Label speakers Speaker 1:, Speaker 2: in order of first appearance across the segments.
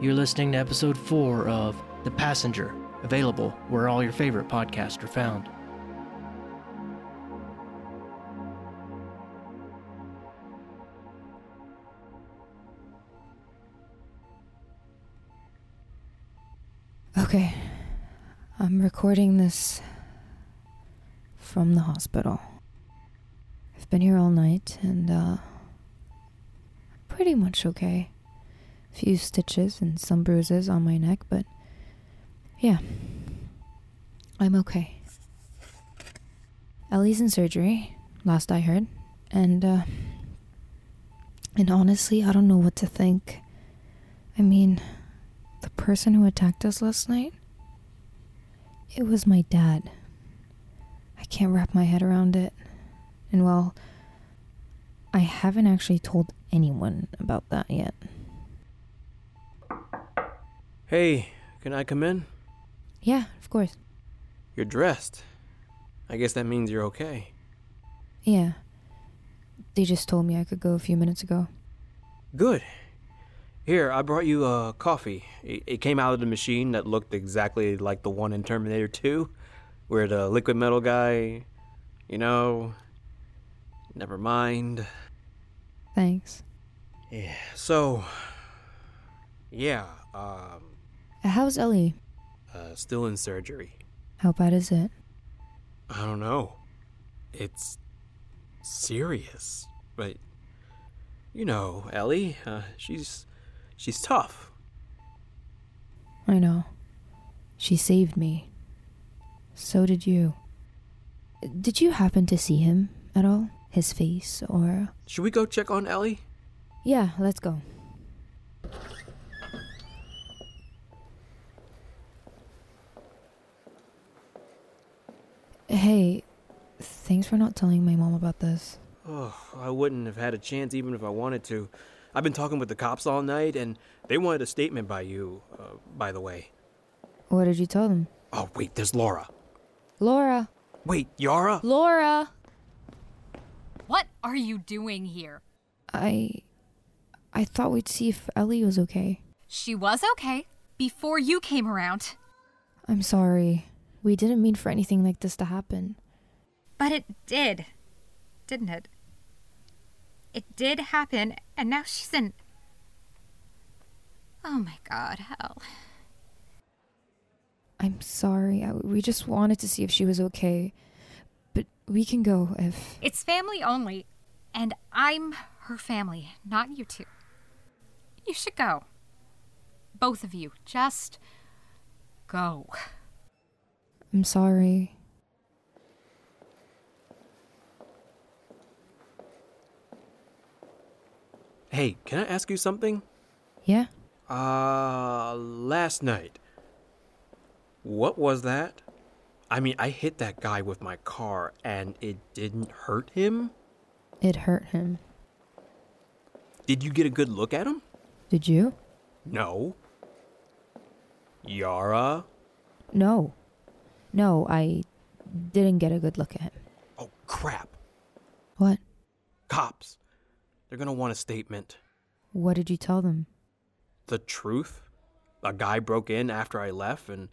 Speaker 1: You're listening to episode 4 of The Passenger, available where all your favorite podcasts are found.
Speaker 2: Okay. I'm recording this from the hospital. I've been here all night and, uh, pretty much okay. A few stitches and some bruises on my neck, but yeah. I'm okay. Ellie's in surgery, last I heard, and, uh, and honestly, I don't know what to think. I mean, the person who attacked us last night? It was my dad. I can't wrap my head around it. And well, I haven't actually told anyone about that yet.
Speaker 3: Hey, can I come in?
Speaker 2: Yeah, of course.
Speaker 3: You're dressed. I guess that means you're okay.
Speaker 2: Yeah. They just told me I could go a few minutes ago.
Speaker 3: Good. Here, I brought you uh, coffee. It, it came out of the machine that looked exactly like the one in Terminator 2, where the liquid metal guy, you know, never mind.
Speaker 2: Thanks.
Speaker 3: Yeah, so, yeah, um,
Speaker 2: How's Ellie?
Speaker 3: uh, still in surgery.
Speaker 2: How bad is it?
Speaker 3: I don't know. It's serious, but you know, Ellie, uh, she's she's tough.
Speaker 2: I know. She saved me. So did you. Did you happen to see him at all? His face or.
Speaker 3: Should we go check on Ellie?
Speaker 2: Yeah, let's go. Hey, thanks for not telling my mom about this.
Speaker 3: Oh, I wouldn't have had a chance even if I wanted to. I've been talking with the cops all night, and they wanted a statement by you. Uh, by the way.
Speaker 2: What did you tell them?
Speaker 3: Oh wait, there's Laura.
Speaker 2: Laura!
Speaker 3: Wait, Yara.
Speaker 2: Laura!
Speaker 4: What are you doing here?
Speaker 2: I. I thought we'd see if Ellie was okay.
Speaker 4: She was okay before you came around,
Speaker 2: I'm sorry. We didn't mean for anything like this to happen.
Speaker 4: but it did, didn't it? It did happen, and now she's in. Oh my god, hell.
Speaker 2: I'm sorry. I, we just wanted to see if she was okay. But we can go if.
Speaker 4: It's family only, and I'm her family, not you two. You should go. Both of you, just go.
Speaker 2: I'm sorry.
Speaker 3: Hey, can I ask you something?
Speaker 2: Yeah?
Speaker 3: Uh, last night. What was that? I mean, I hit that guy with my car, and it didn't hurt him.
Speaker 2: It hurt him.
Speaker 3: Did you get a good look at him?
Speaker 2: Did you?
Speaker 3: No. Yara?
Speaker 2: No. No, I didn't get a good look at him.
Speaker 3: Oh, crap.
Speaker 2: What?
Speaker 3: Cops. They're gonna want a statement.
Speaker 2: What did you tell them?
Speaker 3: The truth? A guy broke in after I left, and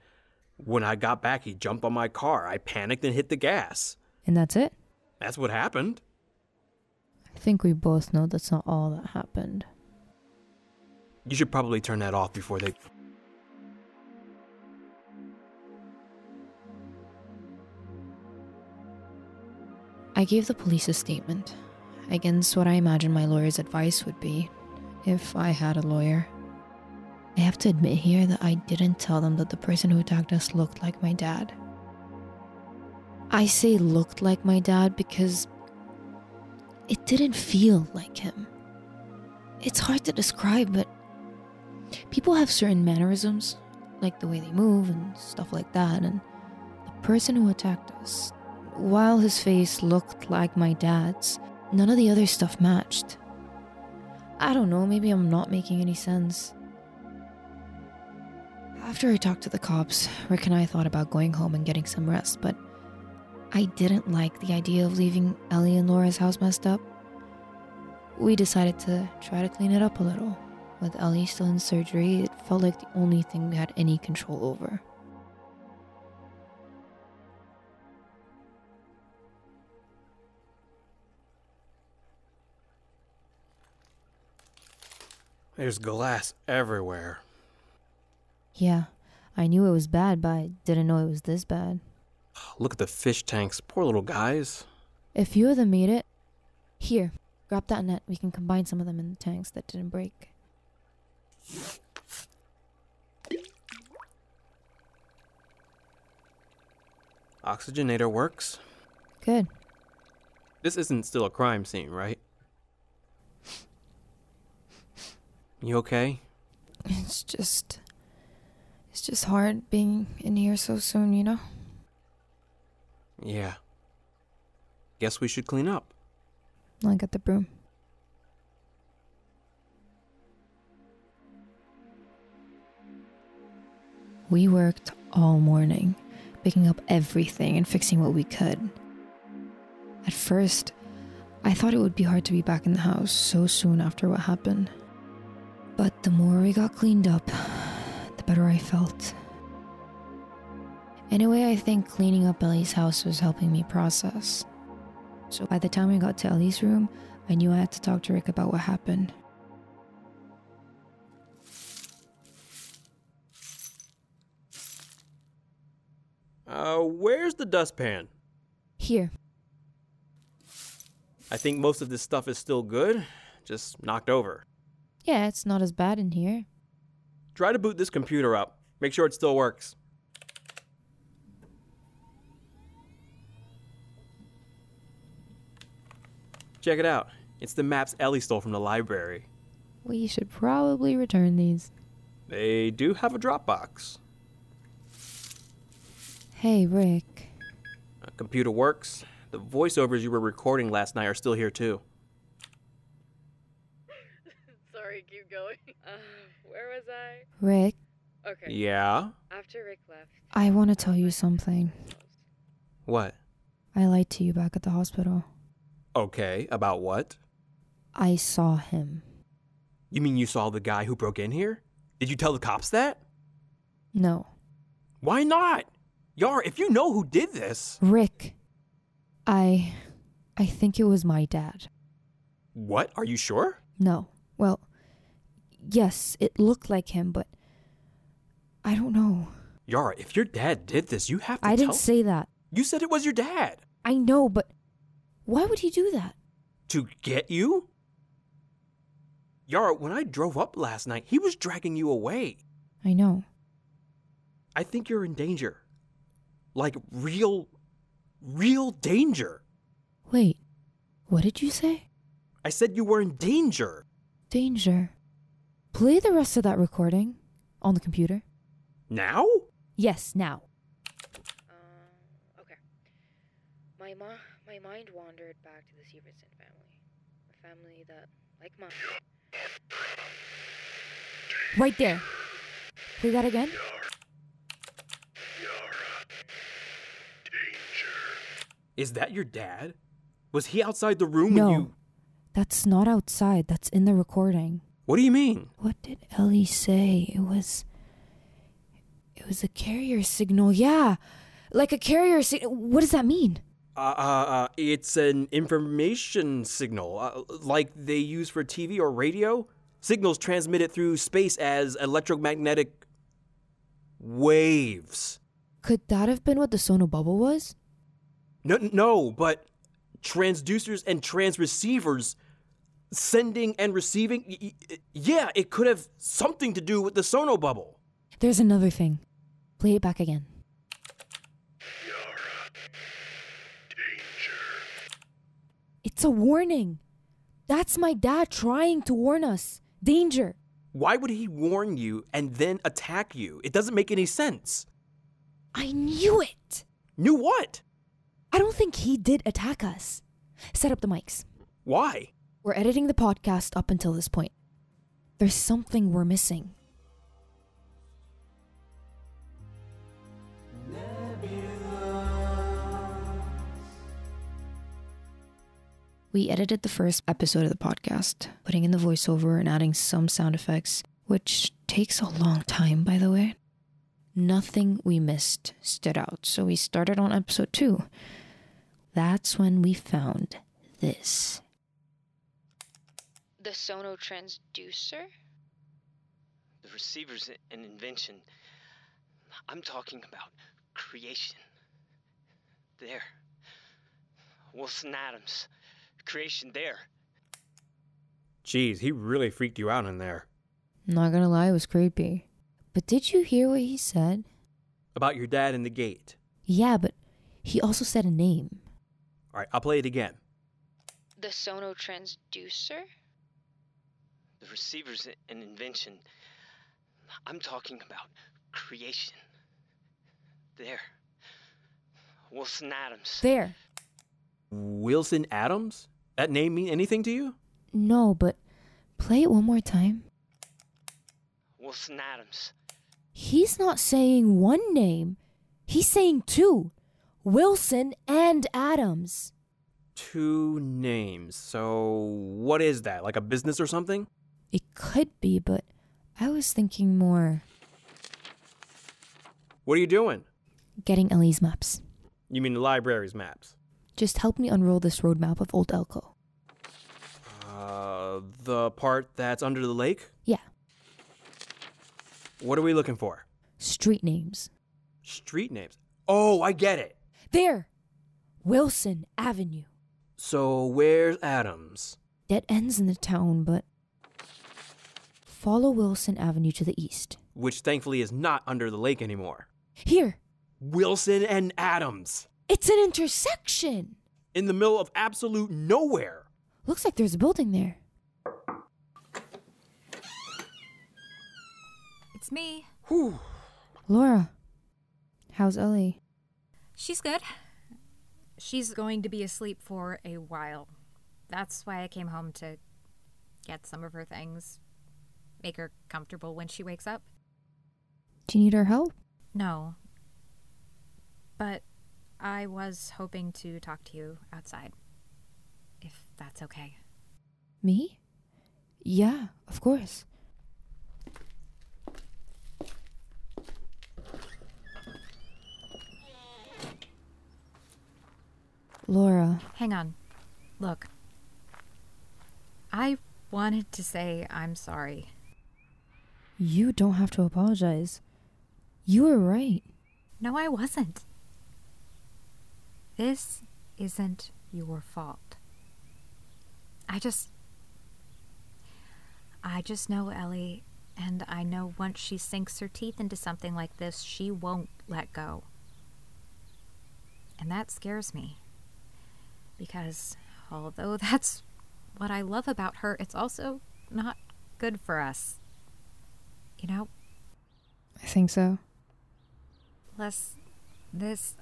Speaker 3: when I got back, he jumped on my car. I panicked and hit the gas.
Speaker 2: And that's it?
Speaker 3: That's what happened.
Speaker 2: I think we both know that's not all that happened.
Speaker 3: You should probably turn that off before they.
Speaker 2: I gave the police a statement against what I imagine my lawyer's advice would be if I had a lawyer. I have to admit here that I didn't tell them that the person who attacked us looked like my dad. I say looked like my dad because it didn't feel like him. It's hard to describe, but people have certain mannerisms, like the way they move and stuff like that, and the person who attacked us while his face looked like my dad's, none of the other stuff matched. I don't know, maybe I'm not making any sense. After I talked to the cops, Rick and I thought about going home and getting some rest, but I didn't like the idea of leaving Ellie and Laura's house messed up. We decided to try to clean it up a little With Ellie still in surgery, it felt like the only thing we had any control over.
Speaker 3: There's glass everywhere.
Speaker 2: Yeah, I knew it was bad, but I didn't know it was this bad.
Speaker 3: Look at the fish tanks. Poor little guys.
Speaker 2: A few of them made it. Here, grab that net. We can combine some of them in the tanks that didn't break.
Speaker 3: Oxygenator works.
Speaker 2: Good.
Speaker 3: This isn't still a crime scene, right? You okay?
Speaker 2: It's just. It's just hard being in here so soon, you know?
Speaker 3: Yeah. Guess we should clean up.
Speaker 2: I got the broom. We worked all morning, picking up everything and fixing what we could. At first, I thought it would be hard to be back in the house so soon after what happened. But the more we got cleaned up, the better I felt. In a way, I think cleaning up Ellie's house was helping me process. So by the time we got to Ellie's room, I knew I had to talk to Rick about what happened.
Speaker 3: Uh, where's the dustpan?
Speaker 2: Here,
Speaker 3: I think most of this stuff is still good, just knocked over.
Speaker 2: yeah, it's not as bad in here.
Speaker 3: Try to boot this computer up. Make sure it still works. Check it out. It's the maps Ellie stole from the library.
Speaker 2: We should probably return these.
Speaker 3: They do have a Dropbox.
Speaker 2: Hey, Rick.
Speaker 3: Uh, computer works. The voiceovers you were recording last night are still here too.
Speaker 5: Sorry, keep going. Uh, where was I?
Speaker 2: Rick,
Speaker 5: Okay.
Speaker 3: Yeah.
Speaker 5: After Rick left.
Speaker 2: I want to tell you something.
Speaker 3: What?
Speaker 2: I lied to you back at the hospital.
Speaker 3: Okay, about what?
Speaker 2: I saw him.
Speaker 3: You mean you saw the guy who broke in here? Did you tell the cops that?
Speaker 2: No.
Speaker 3: Why not? Yar, if you know who did this.
Speaker 2: Rick. I. I think it was my dad.
Speaker 3: What? Are you sure?
Speaker 2: No. Well, yes, it looked like him, but. I don't know.
Speaker 3: Yara, if your dad did this, you have to
Speaker 2: I
Speaker 3: tell
Speaker 2: didn't say that.
Speaker 3: You said it was your dad.
Speaker 2: I know, but. Why would he do that?
Speaker 3: To get you? Yara, when I drove up last night, he was dragging you away.
Speaker 2: I know.
Speaker 3: I think you're in danger. Like real real danger.
Speaker 2: Wait. What did you say?
Speaker 3: I said you were in danger.
Speaker 2: Danger. Play the rest of that recording on the computer.
Speaker 3: Now?
Speaker 2: Yes, now.
Speaker 5: Um, okay. My ma- my mind wandered back to the Severson family, a family that, like mine,
Speaker 2: Right there. Play that again?
Speaker 3: Is that your dad? Was he outside the room
Speaker 2: no.
Speaker 3: when you
Speaker 2: That's not outside. That's in the recording.
Speaker 3: What do you mean?
Speaker 2: What did Ellie say? It was. It was a carrier signal. Yeah. Like a carrier signal. What does that mean?
Speaker 3: Uh, uh, uh, it's an information signal, uh, like they use for TV or radio. Signals transmitted through space as electromagnetic waves.
Speaker 2: Could that have been what the sono bubble was?
Speaker 3: No, no, but transducers and transreceivers, sending and receiving. y- y- y- Yeah, it could have something to do with the sono bubble.
Speaker 2: There's another thing. Play it back again. It's a warning. That's my dad trying to warn us. Danger.
Speaker 3: Why would he warn you and then attack you? It doesn't make any sense.
Speaker 2: I knew it.
Speaker 3: Knew what?
Speaker 2: I don't think he did attack us. Set up the mics.
Speaker 3: Why?
Speaker 2: We're editing the podcast up until this point. There's something we're missing. We edited the first episode of the podcast, putting in the voiceover and adding some sound effects, which takes a long time, by the way. Nothing we missed stood out, so we started on episode two. That's when we found this.
Speaker 5: The sonotransducer?
Speaker 6: The receiver's i- an invention. I'm talking about creation. There. Wilson Adams. Creation there.
Speaker 3: Jeez, he really freaked you out in there.
Speaker 2: Not gonna lie, it was creepy. But did you hear what he said?
Speaker 3: About your dad and the gate.
Speaker 2: Yeah, but he also said a name.
Speaker 3: All right, I'll play it again.
Speaker 5: The sonotransducer?
Speaker 6: The receiver's i- an invention. I'm talking about creation. There. Wilson Adams.
Speaker 2: There.
Speaker 3: Wilson Adams? That name mean anything to you?
Speaker 2: No, but play it one more time.
Speaker 6: Wilson Adams.
Speaker 2: He's not saying one name, he's saying two Wilson and Adams.
Speaker 3: Two names. So, what is that? Like a business or something?
Speaker 2: It could be, but I was thinking more
Speaker 3: What are you doing?
Speaker 2: getting Ellie's maps.
Speaker 3: You mean the library's maps?
Speaker 2: Just help me unroll this roadmap of Old Elko.
Speaker 3: Uh, the part that's under the lake?
Speaker 2: Yeah,
Speaker 3: What are we looking for?
Speaker 2: street names.
Speaker 3: Street names. Oh, I get it.
Speaker 2: There! Wilson Avenue.
Speaker 3: So, where's Adams?
Speaker 2: Dead ends in the town, but. Follow Wilson Avenue to the east.
Speaker 3: Which thankfully is not under the lake anymore.
Speaker 2: Here!
Speaker 3: Wilson and Adams.
Speaker 2: It's an intersection!
Speaker 3: In the middle of absolute nowhere.
Speaker 2: Looks like there's a building there.
Speaker 4: It's me.
Speaker 3: Whew.
Speaker 2: Laura. How's Ellie?
Speaker 4: She's good. She's going to be asleep for a while. That's why I came home to get some of her things, make her comfortable when she wakes up.
Speaker 2: Do you need our help?
Speaker 4: No. But I was hoping to talk to you outside. If that's okay.
Speaker 2: Me? Yeah, of course. Laura,
Speaker 4: Hang on. Look. I wanted to say I'm sorry.
Speaker 2: you don't have to apologize. You were right.
Speaker 4: No, I wasn't. This isn't your fault. I just. I just know Ellie, and I know once she sinks her teeth into something like this, she won't let go. And that scares me. Because although that's what I love about her, it's also not good for us. You know?
Speaker 2: I think so.
Speaker 4: Plus, this.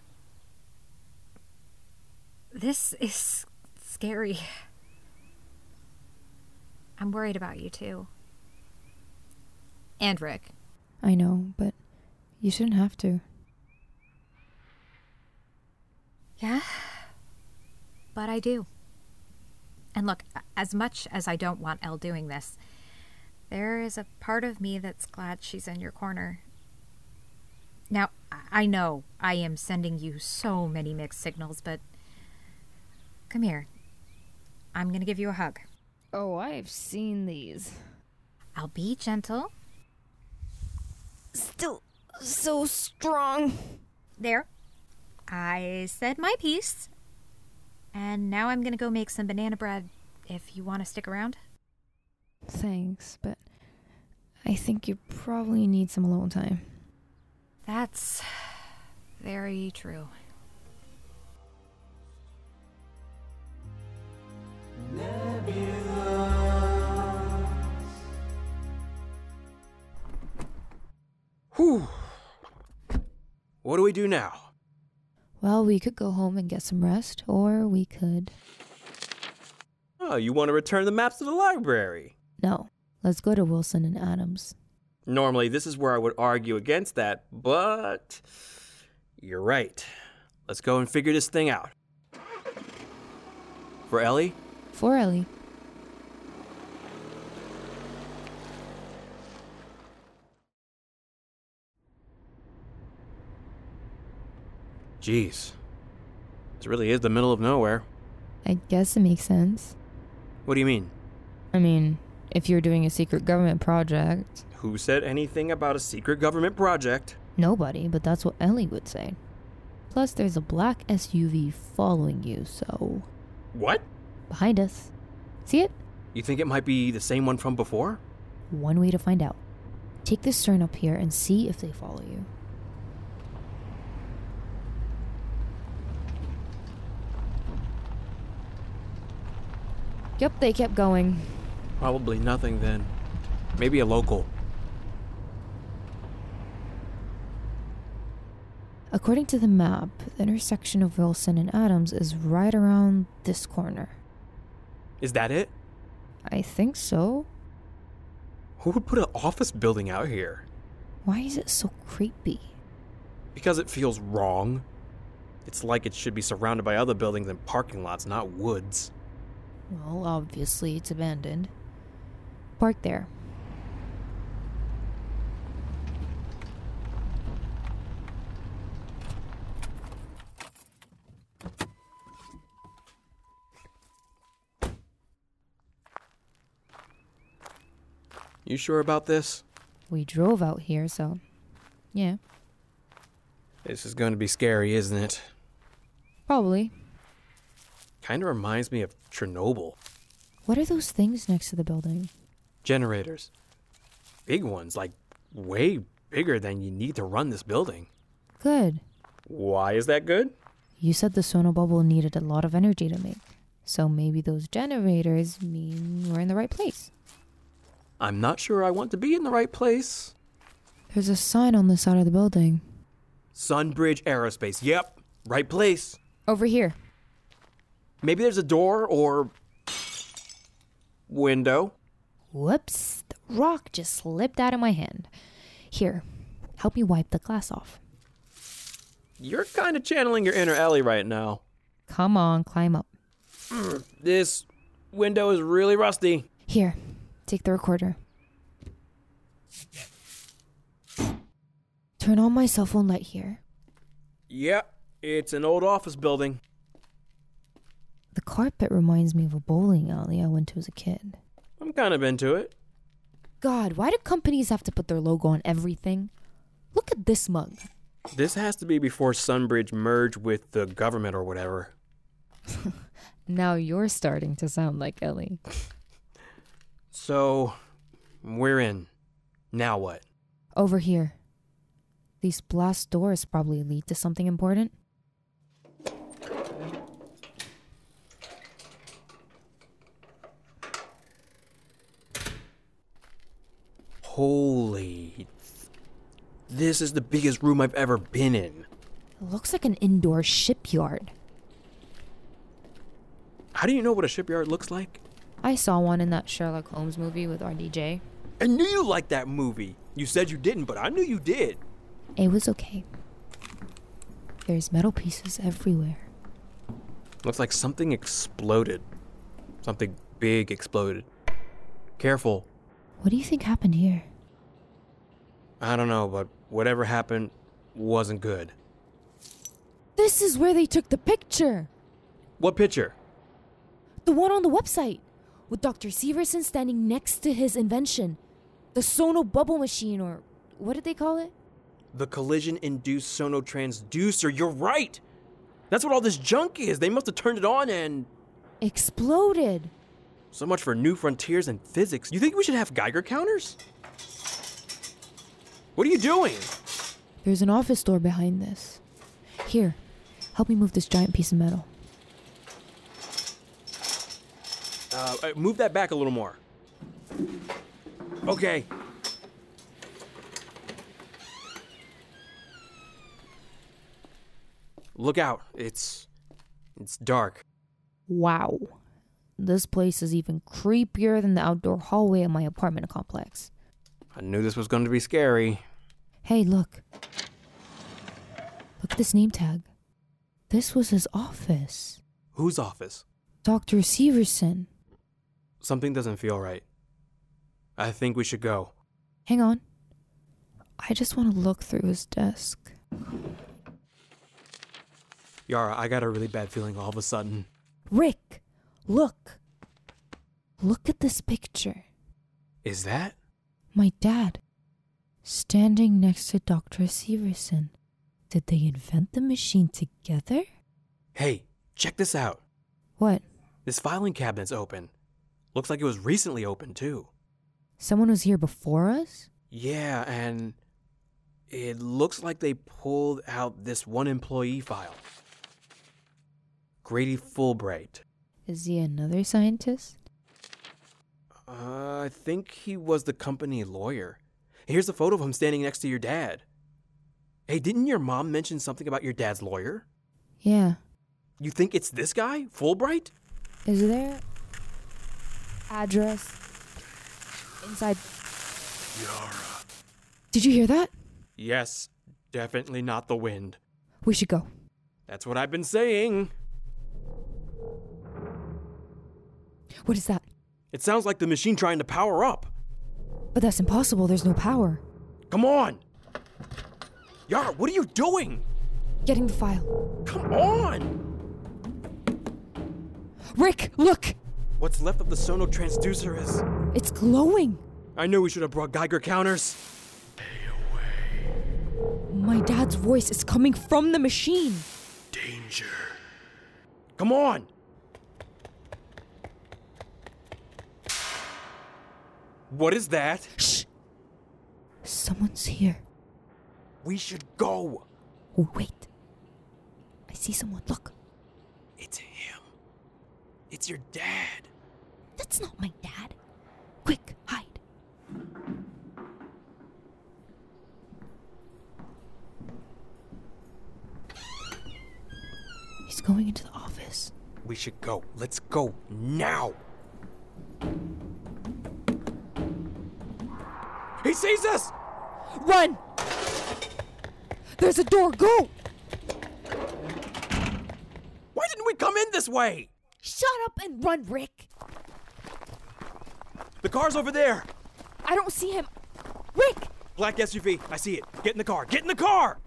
Speaker 4: This is scary. I'm worried about you too. And Rick.
Speaker 2: I know, but you shouldn't have to.
Speaker 4: Yeah? But I do. And look, a- as much as I don't want Elle doing this, there is a part of me that's glad she's in your corner. Now, I- I know I am sending you so many mixed signals, but come here. I'm going to give you a hug.
Speaker 2: Oh, I've seen these.
Speaker 4: I'll be gentle.
Speaker 2: Still so strong.
Speaker 4: There. I said my piece. And now I'm going to go make some banana bread if you want to stick around.
Speaker 2: Thanks, but I think you probably need some alone time.
Speaker 4: That's very true.
Speaker 3: Whew. What do we do now?
Speaker 2: Well, we could go home and get some rest, or we could.
Speaker 3: Oh, you want to return the maps to the library.
Speaker 2: No, let's go to Wilson and Adams.
Speaker 3: Normally, this is where I would argue against that, but you're right. Let's go and figure this thing out. For Ellie,
Speaker 2: For Ellie.
Speaker 3: Jeez. This really is the middle of nowhere.
Speaker 2: I guess it makes sense.
Speaker 3: What do you mean?
Speaker 2: I mean, if you're doing a secret government project,
Speaker 3: Who said anything about a secret government project?
Speaker 2: nobody, but that's what Ellie would say. Plus, there's a black SUV following you, so.
Speaker 3: What?
Speaker 2: Behind us. See it?
Speaker 3: You think it might be the same one from before?
Speaker 2: One way to find out. Take this turn up here and see if they follow you. Yep, they kept going.
Speaker 3: Probably nothing then. Maybe a local.
Speaker 2: According to the map, the intersection of Wilson and Adams is right around this corner.
Speaker 3: Is that it?
Speaker 2: I think so.
Speaker 3: Who would put an office building out here?
Speaker 2: Why is it so creepy?
Speaker 3: Because it feels wrong. It's like it should be surrounded by other buildings and parking lots, not woods.
Speaker 2: Well, obviously it's abandoned. Park there.
Speaker 3: You sure about this?
Speaker 2: We drove out here, so. Yeah,
Speaker 3: This is going to be scary, isn't it?
Speaker 2: probably.
Speaker 3: Kind of reminds me of Chernobyl.
Speaker 2: What are those things next to the building?
Speaker 3: Generators. Big ones, like way bigger than you need to run this building.
Speaker 2: Good.
Speaker 3: Why is that good?
Speaker 2: You said the sonar bubble needed a lot of energy to make. So maybe those generators mean we're in the right place.
Speaker 3: I'm not sure I want to be in the right place.
Speaker 2: There's a sign on the side of the building.
Speaker 3: Sunbridge Aerospace. Yep, right place.
Speaker 2: Over here.
Speaker 3: Maybe there's a door or window.
Speaker 2: Whoops, the rock just slipped out of my hand. Here, help me wipe the glass off.
Speaker 3: You're kind of channeling your inner alley right now.
Speaker 2: Come on, climb up.
Speaker 3: This window is really rusty.
Speaker 2: Here, take the recorder. Turn on my cell phone light here.
Speaker 3: Yep, it's an old office building.
Speaker 2: The carpet reminds me of a bowling alley I went to as a kid.
Speaker 3: I'm kind of into it.
Speaker 2: God, why do companies have to put their logo on everything? Look at this mug.
Speaker 3: This has to be before Sunbridge merged with the government or whatever.
Speaker 2: Now you're starting to sound like Ellie.
Speaker 3: So, we're in. Now what?
Speaker 2: Over here. These blast doors probably lead to something important.
Speaker 3: Holy. This is the biggest room I've ever been in.
Speaker 2: It looks like an indoor shipyard.
Speaker 3: How do you know what a shipyard looks like?
Speaker 2: I saw one in that Sherlock Holmes movie with RDJ.
Speaker 3: I knew you liked that movie. You said you didn't, but I knew you did.
Speaker 2: It was okay. There's metal pieces everywhere.
Speaker 3: Looks like something exploded. Something big exploded. Careful.
Speaker 2: What do you think happened here?
Speaker 3: I don't know, but whatever happened wasn't good.
Speaker 2: This is where they took the picture!
Speaker 3: What picture?
Speaker 2: The one on the website! With Dr. Severson standing next to his invention. The Sono bubble machine, or what did they call it?
Speaker 3: The collision induced sonotransducer. You're right! That's what all this junk is. They must have turned it on and.
Speaker 2: Exploded!
Speaker 3: So much for new frontiers in physics. You think we should have Geiger counters? What are you doing?
Speaker 2: There's an office door behind this. Here, help me move this giant piece of metal.
Speaker 3: Uh, uh, move that back a little more. Okay. Look out. It's it's dark.
Speaker 2: Wow. This place is even creepier than the outdoor hallway of my apartment complex.
Speaker 3: I knew this was going to be scary.
Speaker 2: Hey, look. Look at this name tag. This was his office.
Speaker 3: Whose office?
Speaker 2: Dr. Severson.
Speaker 3: Something doesn't feel right. I think we should go.
Speaker 2: Hang on. I just want to look through his desk.
Speaker 3: Yara, I got a really bad feeling all of a sudden.
Speaker 2: Rick, look. Look at this picture.
Speaker 3: Is that?
Speaker 2: My dad. Standing next to Dr. Severson. Did they invent the machine together?
Speaker 3: Hey, check this out.
Speaker 2: What?
Speaker 3: This filing cabinet's open. Looks like it was recently opened, too.
Speaker 2: Someone was here before us?
Speaker 3: Yeah, and it looks like they pulled out this one employee file Grady Fulbright.
Speaker 2: Is he another scientist?
Speaker 3: Uh, I think he was the company lawyer. Here's a photo of him standing next to your dad. Hey, didn't your mom mention something about your dad's lawyer?
Speaker 2: Yeah.
Speaker 3: You think it's this guy, Fulbright?
Speaker 2: Is there address inside?
Speaker 3: Yara.
Speaker 2: Did you hear that?
Speaker 3: Yes, definitely not the wind.
Speaker 2: We should go.
Speaker 3: That's what I've been saying.
Speaker 2: What is that?
Speaker 3: It sounds like the machine trying to power up.
Speaker 2: But that's impossible. There's no power.
Speaker 3: Come on! Yara, what are you doing?
Speaker 2: Getting the file.
Speaker 3: Come on!
Speaker 2: Rick, look!
Speaker 3: What's left of the sono transducer is.
Speaker 2: It's glowing!
Speaker 3: I knew we should have brought Geiger counters.
Speaker 2: My dad's voice is coming from the machine.
Speaker 3: Danger. Come on! What is that?
Speaker 2: Shh! Someone's here.
Speaker 3: We should go!
Speaker 2: Wait. I see someone. Look.
Speaker 3: It's him. It's your dad.
Speaker 2: That's not my dad. Quick, hide. He's going into the office.
Speaker 3: We should go. Let's go now. He sees us!
Speaker 2: Run! There's a door. Go!
Speaker 3: Why didn't we come in this way?
Speaker 2: Shut up and run, Rick.
Speaker 3: The car's over there.
Speaker 2: I don't see him. Rick!
Speaker 3: Black SUV. I see it. Get in the car. Get in the car!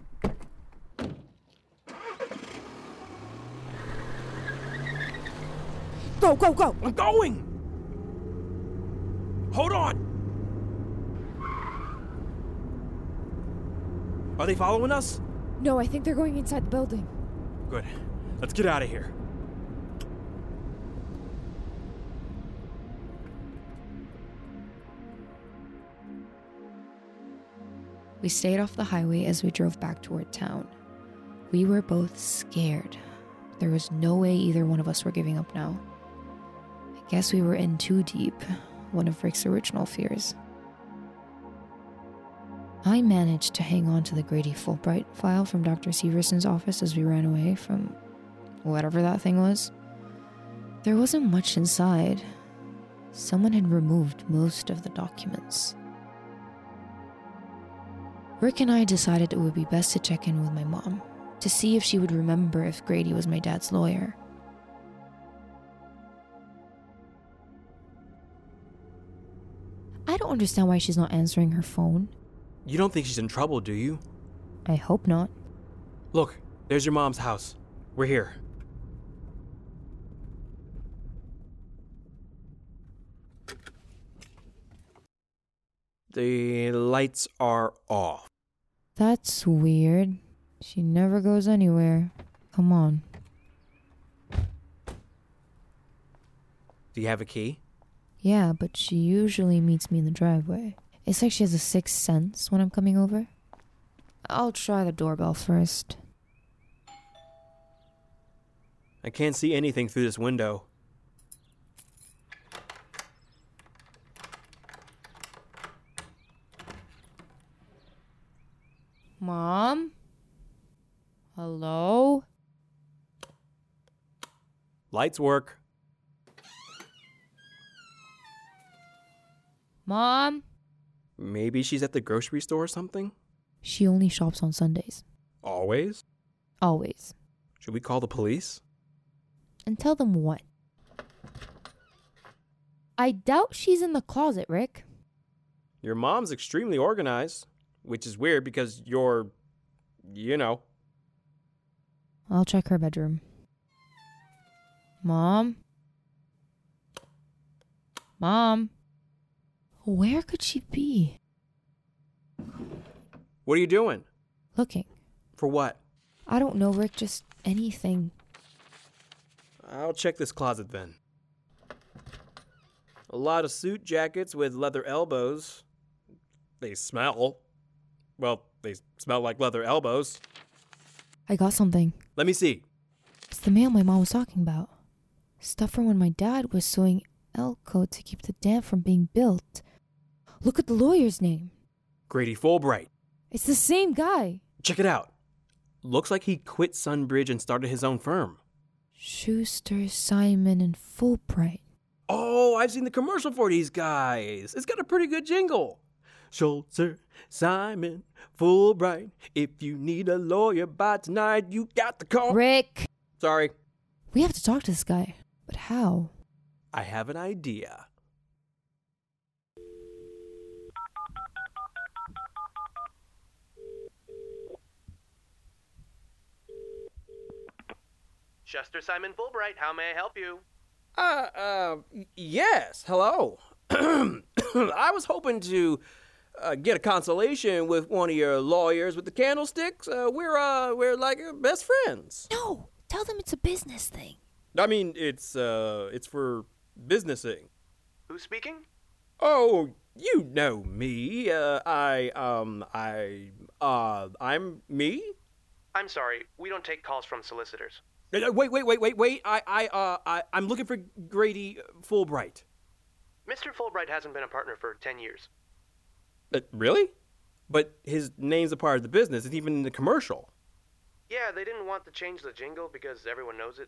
Speaker 2: Go, go, go!
Speaker 3: I'm going! Hold on! Are they following us?
Speaker 2: No, I think they're going inside the building.
Speaker 3: Good. Let's get out of here.
Speaker 2: We stayed off the highway as we drove back toward town. We were both scared. There was no way either one of us were giving up now. I guess we were in too deep, one of Rick's original fears. I managed to hang on to the Grady Fulbright file from Dr. Severson's office as we ran away from whatever that thing was. There wasn't much inside. Someone had removed most of the documents. Rick and I decided it would be best to check in with my mom to see if she would remember if Grady was my dad's lawyer. I don't understand why she's not answering her phone.
Speaker 3: You don't think she's in trouble, do you?
Speaker 2: I hope not.
Speaker 3: Look, there's your mom's house. We're here. The lights are off.
Speaker 2: That's weird. She never goes anywhere. Come on.
Speaker 3: Do you have a key?
Speaker 2: Yeah, but she usually meets me in the driveway. It's like she has a sixth sense when I'm coming over. I'll try the doorbell first.
Speaker 3: I can't see anything through this window.
Speaker 2: Mom? Hello?
Speaker 3: Lights work.
Speaker 2: Mom?
Speaker 3: Maybe she's at the grocery store or something?
Speaker 2: She only shops on Sundays.
Speaker 3: Always?
Speaker 2: Always.
Speaker 3: Should we call the police?
Speaker 2: And tell them what? I doubt she's in the closet, Rick.
Speaker 3: Your mom's extremely organized, which is weird because you're, you know.
Speaker 2: I'll check her bedroom. Mom? Mom? Where could she be?
Speaker 3: What are you doing?
Speaker 2: Looking.
Speaker 3: For what?
Speaker 2: I don't know, Rick, just anything.
Speaker 3: I'll check this closet then. A lot of suit jackets with leather elbows. They smell. Well, they smell like leather elbows.
Speaker 2: I got something.
Speaker 3: Let me see.
Speaker 2: It's the mail my mom was talking about. Stuff from when my dad was suing Elko to keep the dam from being built. Look at the lawyer's name.
Speaker 3: Grady Fulbright.
Speaker 2: It's the same guy.
Speaker 3: Check it out. Looks like he quit Sunbridge and started his own firm.
Speaker 2: Schuster, Simon, and Fulbright.
Speaker 3: Oh, I've seen the commercial for these guys. It's got a pretty good jingle. Schultzer, Simon, Fulbright. If you need a lawyer by tonight, you got the call.
Speaker 2: Rick!
Speaker 3: Sorry,
Speaker 2: We have to talk to this guy. But how?
Speaker 3: I have an idea.
Speaker 7: Chester Simon Fulbright, how may I help you?
Speaker 3: Uh, uh, y- yes. Hello. I was hoping to uh, get a consolation with one of your lawyers with the candlesticks. Uh, we're uh, we're like uh, best friends.
Speaker 2: No! Tell them it's a business thing.
Speaker 3: I mean, it's uh, it's for businessing.
Speaker 7: Who's speaking?
Speaker 3: Oh, you know me. Uh, I um, I uh, I'm me.
Speaker 7: I'm sorry, we don't take calls from solicitors.
Speaker 3: Uh, Wait, wait, wait, wait, wait. I I uh, I I'm looking for Grady Fulbright.
Speaker 7: Mr. Fulbright hasn't been a partner for 10 years.
Speaker 3: Uh, really? But his name's a part of the business. It's even in the commercial.
Speaker 7: Yeah, they didn't want to change the jingle because everyone knows it.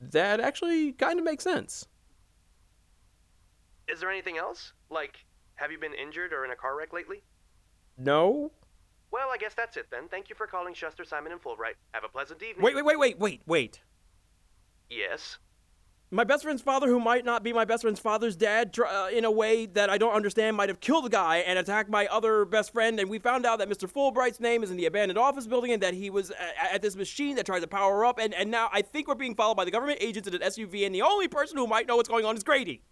Speaker 3: that actually kind of makes sense.
Speaker 7: Is there anything else? Like, have you been injured or in a car wreck lately?
Speaker 3: No?
Speaker 7: Well, I guess that's it then. Thank you for calling Chester Simon and Fulbright. Have a pleasant evening.
Speaker 3: Wait, wait, wait, wait, wait, wait.
Speaker 7: Yes.
Speaker 3: My best friend's father, who might not be my best friend's father's dad, tr- uh, in a way that I don't understand, might have killed the guy and attacked my other best friend. And we found out that Mr. Fulbright's name is in the abandoned office building and that he was at, at this machine that tried to power up. And, and now I think we're being followed by the government agents in an SUV. And the only person who might know what's going on is Grady.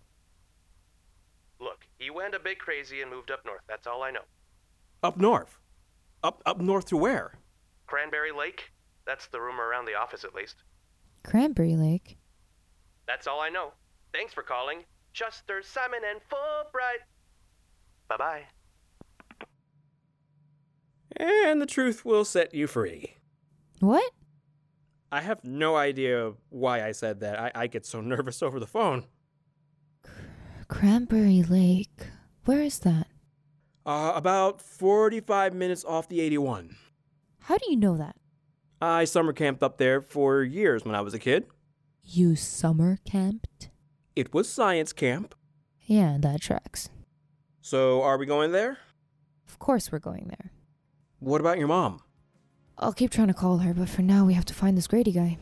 Speaker 7: Look, he went a bit crazy and moved up north. That's all I know.
Speaker 3: Up north. Up, up north to where?
Speaker 7: Cranberry Lake? That's the rumor around the office, at least.
Speaker 2: Cranberry Lake?
Speaker 7: That's all I know. Thanks for calling. Chester Simon and Fulbright. Bye bye.
Speaker 3: And the truth will set you free.
Speaker 2: What?
Speaker 3: I have no idea why I said that. I, I get so nervous over the phone.
Speaker 2: Cranberry Lake. Where is that?
Speaker 3: Uh, about 45 minutes off the 81.
Speaker 2: How do you know that?
Speaker 3: I summer camped up there for years when I was a kid.
Speaker 2: You summer camped?
Speaker 3: It was science camp.
Speaker 2: Yeah, that tracks.
Speaker 3: So are we going there?
Speaker 2: Of course we're going there.
Speaker 3: What about your mom?
Speaker 2: I'll keep trying to call her, but for now we have to find this Grady guy.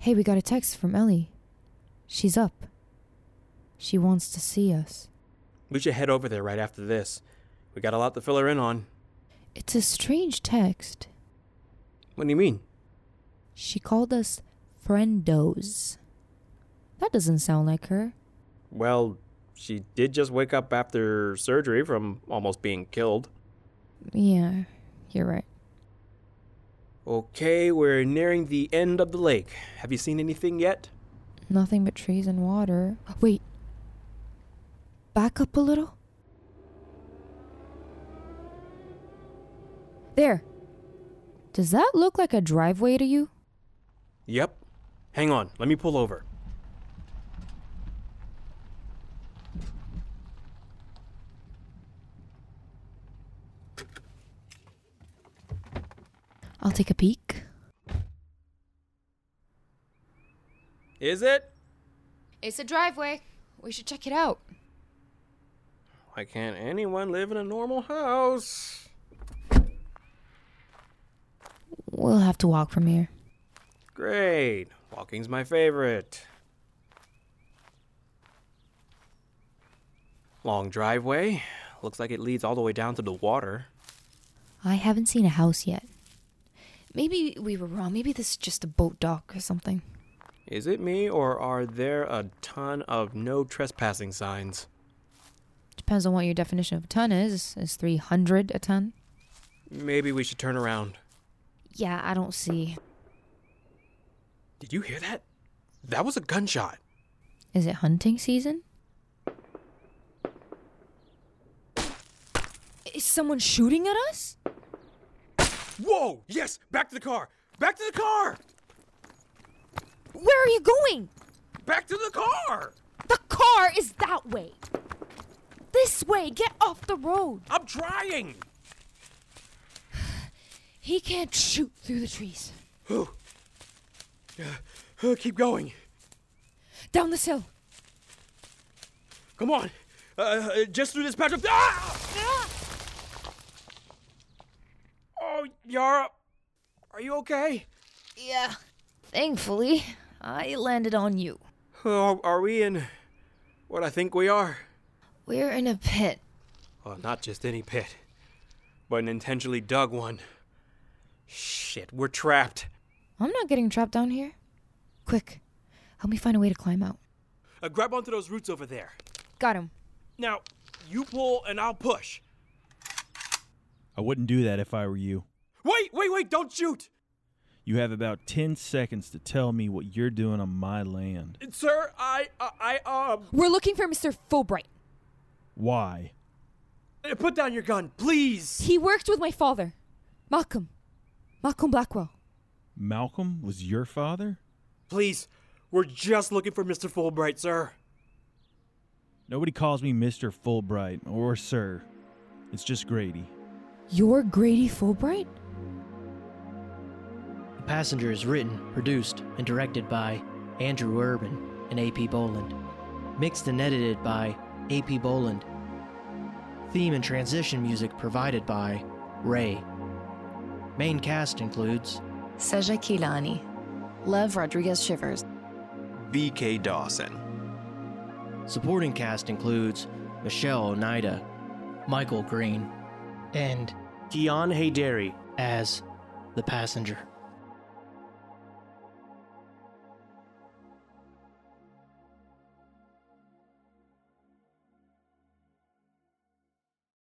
Speaker 2: Hey, we got a text from Ellie. She's up. She wants to see us.
Speaker 3: We should head over there right after this. We got a lot to fill her in on.
Speaker 2: It's a strange text.
Speaker 3: What do you mean?
Speaker 2: She called us friendos. That doesn't sound like her.
Speaker 3: Well, she did just wake up after surgery from almost being killed.
Speaker 2: Yeah, you're right.
Speaker 3: Okay, we're nearing the end of the lake. Have you seen anything yet?
Speaker 2: Nothing but trees and water. Wait. Back up a little. There. Does that look like a driveway to you?
Speaker 3: Yep. Hang on, let me pull over.
Speaker 2: I'll take a peek.
Speaker 3: Is it?
Speaker 2: It's a driveway. We should check it out.
Speaker 3: Why can't anyone live in a normal house?
Speaker 2: We'll have to walk from here.
Speaker 3: Great. Walking's my favorite. Long driveway. Looks like it leads all the way down to the water.
Speaker 2: I haven't seen a house yet. Maybe we were wrong. Maybe this is just a boat dock or something.
Speaker 3: Is it me, or are there a ton of no trespassing signs?
Speaker 2: Depends on what your definition of a ton is. Is 300 a ton?
Speaker 3: Maybe we should turn around.
Speaker 2: Yeah, I don't see.
Speaker 3: Did you hear that? That was a gunshot.
Speaker 2: Is it hunting season? Is someone shooting at us?
Speaker 3: Whoa! Yes! Back to the car! Back to the car!
Speaker 2: Where are you going?
Speaker 3: Back to the car!
Speaker 2: The car is that way. This way, get off the road.
Speaker 3: I'm trying!
Speaker 2: He can't shoot through the trees.
Speaker 3: Ooh. Uh, keep going.
Speaker 2: Down this hill.
Speaker 3: Come on. Uh, Uh, just through this patch of. Ah! Oh, Yara. Are you okay?
Speaker 2: Yeah. Thankfully, I landed on you.
Speaker 3: Oh, are we in what I think we are?
Speaker 2: We're in a pit.
Speaker 3: Well, not just any pit, but an intentionally dug one. Shit, we're trapped.
Speaker 2: I'm not getting trapped down here. Quick, help me find a way to climb out.
Speaker 3: Uh, grab onto those roots over there.
Speaker 2: Got him.
Speaker 3: Now, you pull and I'll push.
Speaker 8: I wouldn't do that if I were you.
Speaker 3: Wait, wait, wait, don't shoot!
Speaker 8: You have about 10 seconds to tell me what you're doing on my land.
Speaker 3: Sir, I, I, I, um.
Speaker 2: We're looking for Mr. Fulbright.
Speaker 8: Why?
Speaker 3: Uh, Put down your gun, please!
Speaker 2: He worked with my father, Malcolm. Malcolm Blackwell.
Speaker 8: Malcolm was your father?
Speaker 3: Please, we're just looking for Mr. Fulbright, sir.
Speaker 8: Nobody calls me Mr. Fulbright or Sir. It's just Grady.
Speaker 2: You're Grady Fulbright?
Speaker 1: The Passenger is written, produced, and directed by Andrew Urban and AP Boland. Mixed and edited by AP Boland. Theme and transition music provided by Ray. Main cast includes
Speaker 9: Seja Kilani, Lev Rodriguez Shivers,
Speaker 10: VK Dawson.
Speaker 1: supporting cast includes Michelle Oneida, Michael Green, and Gian Hayderi as the passenger.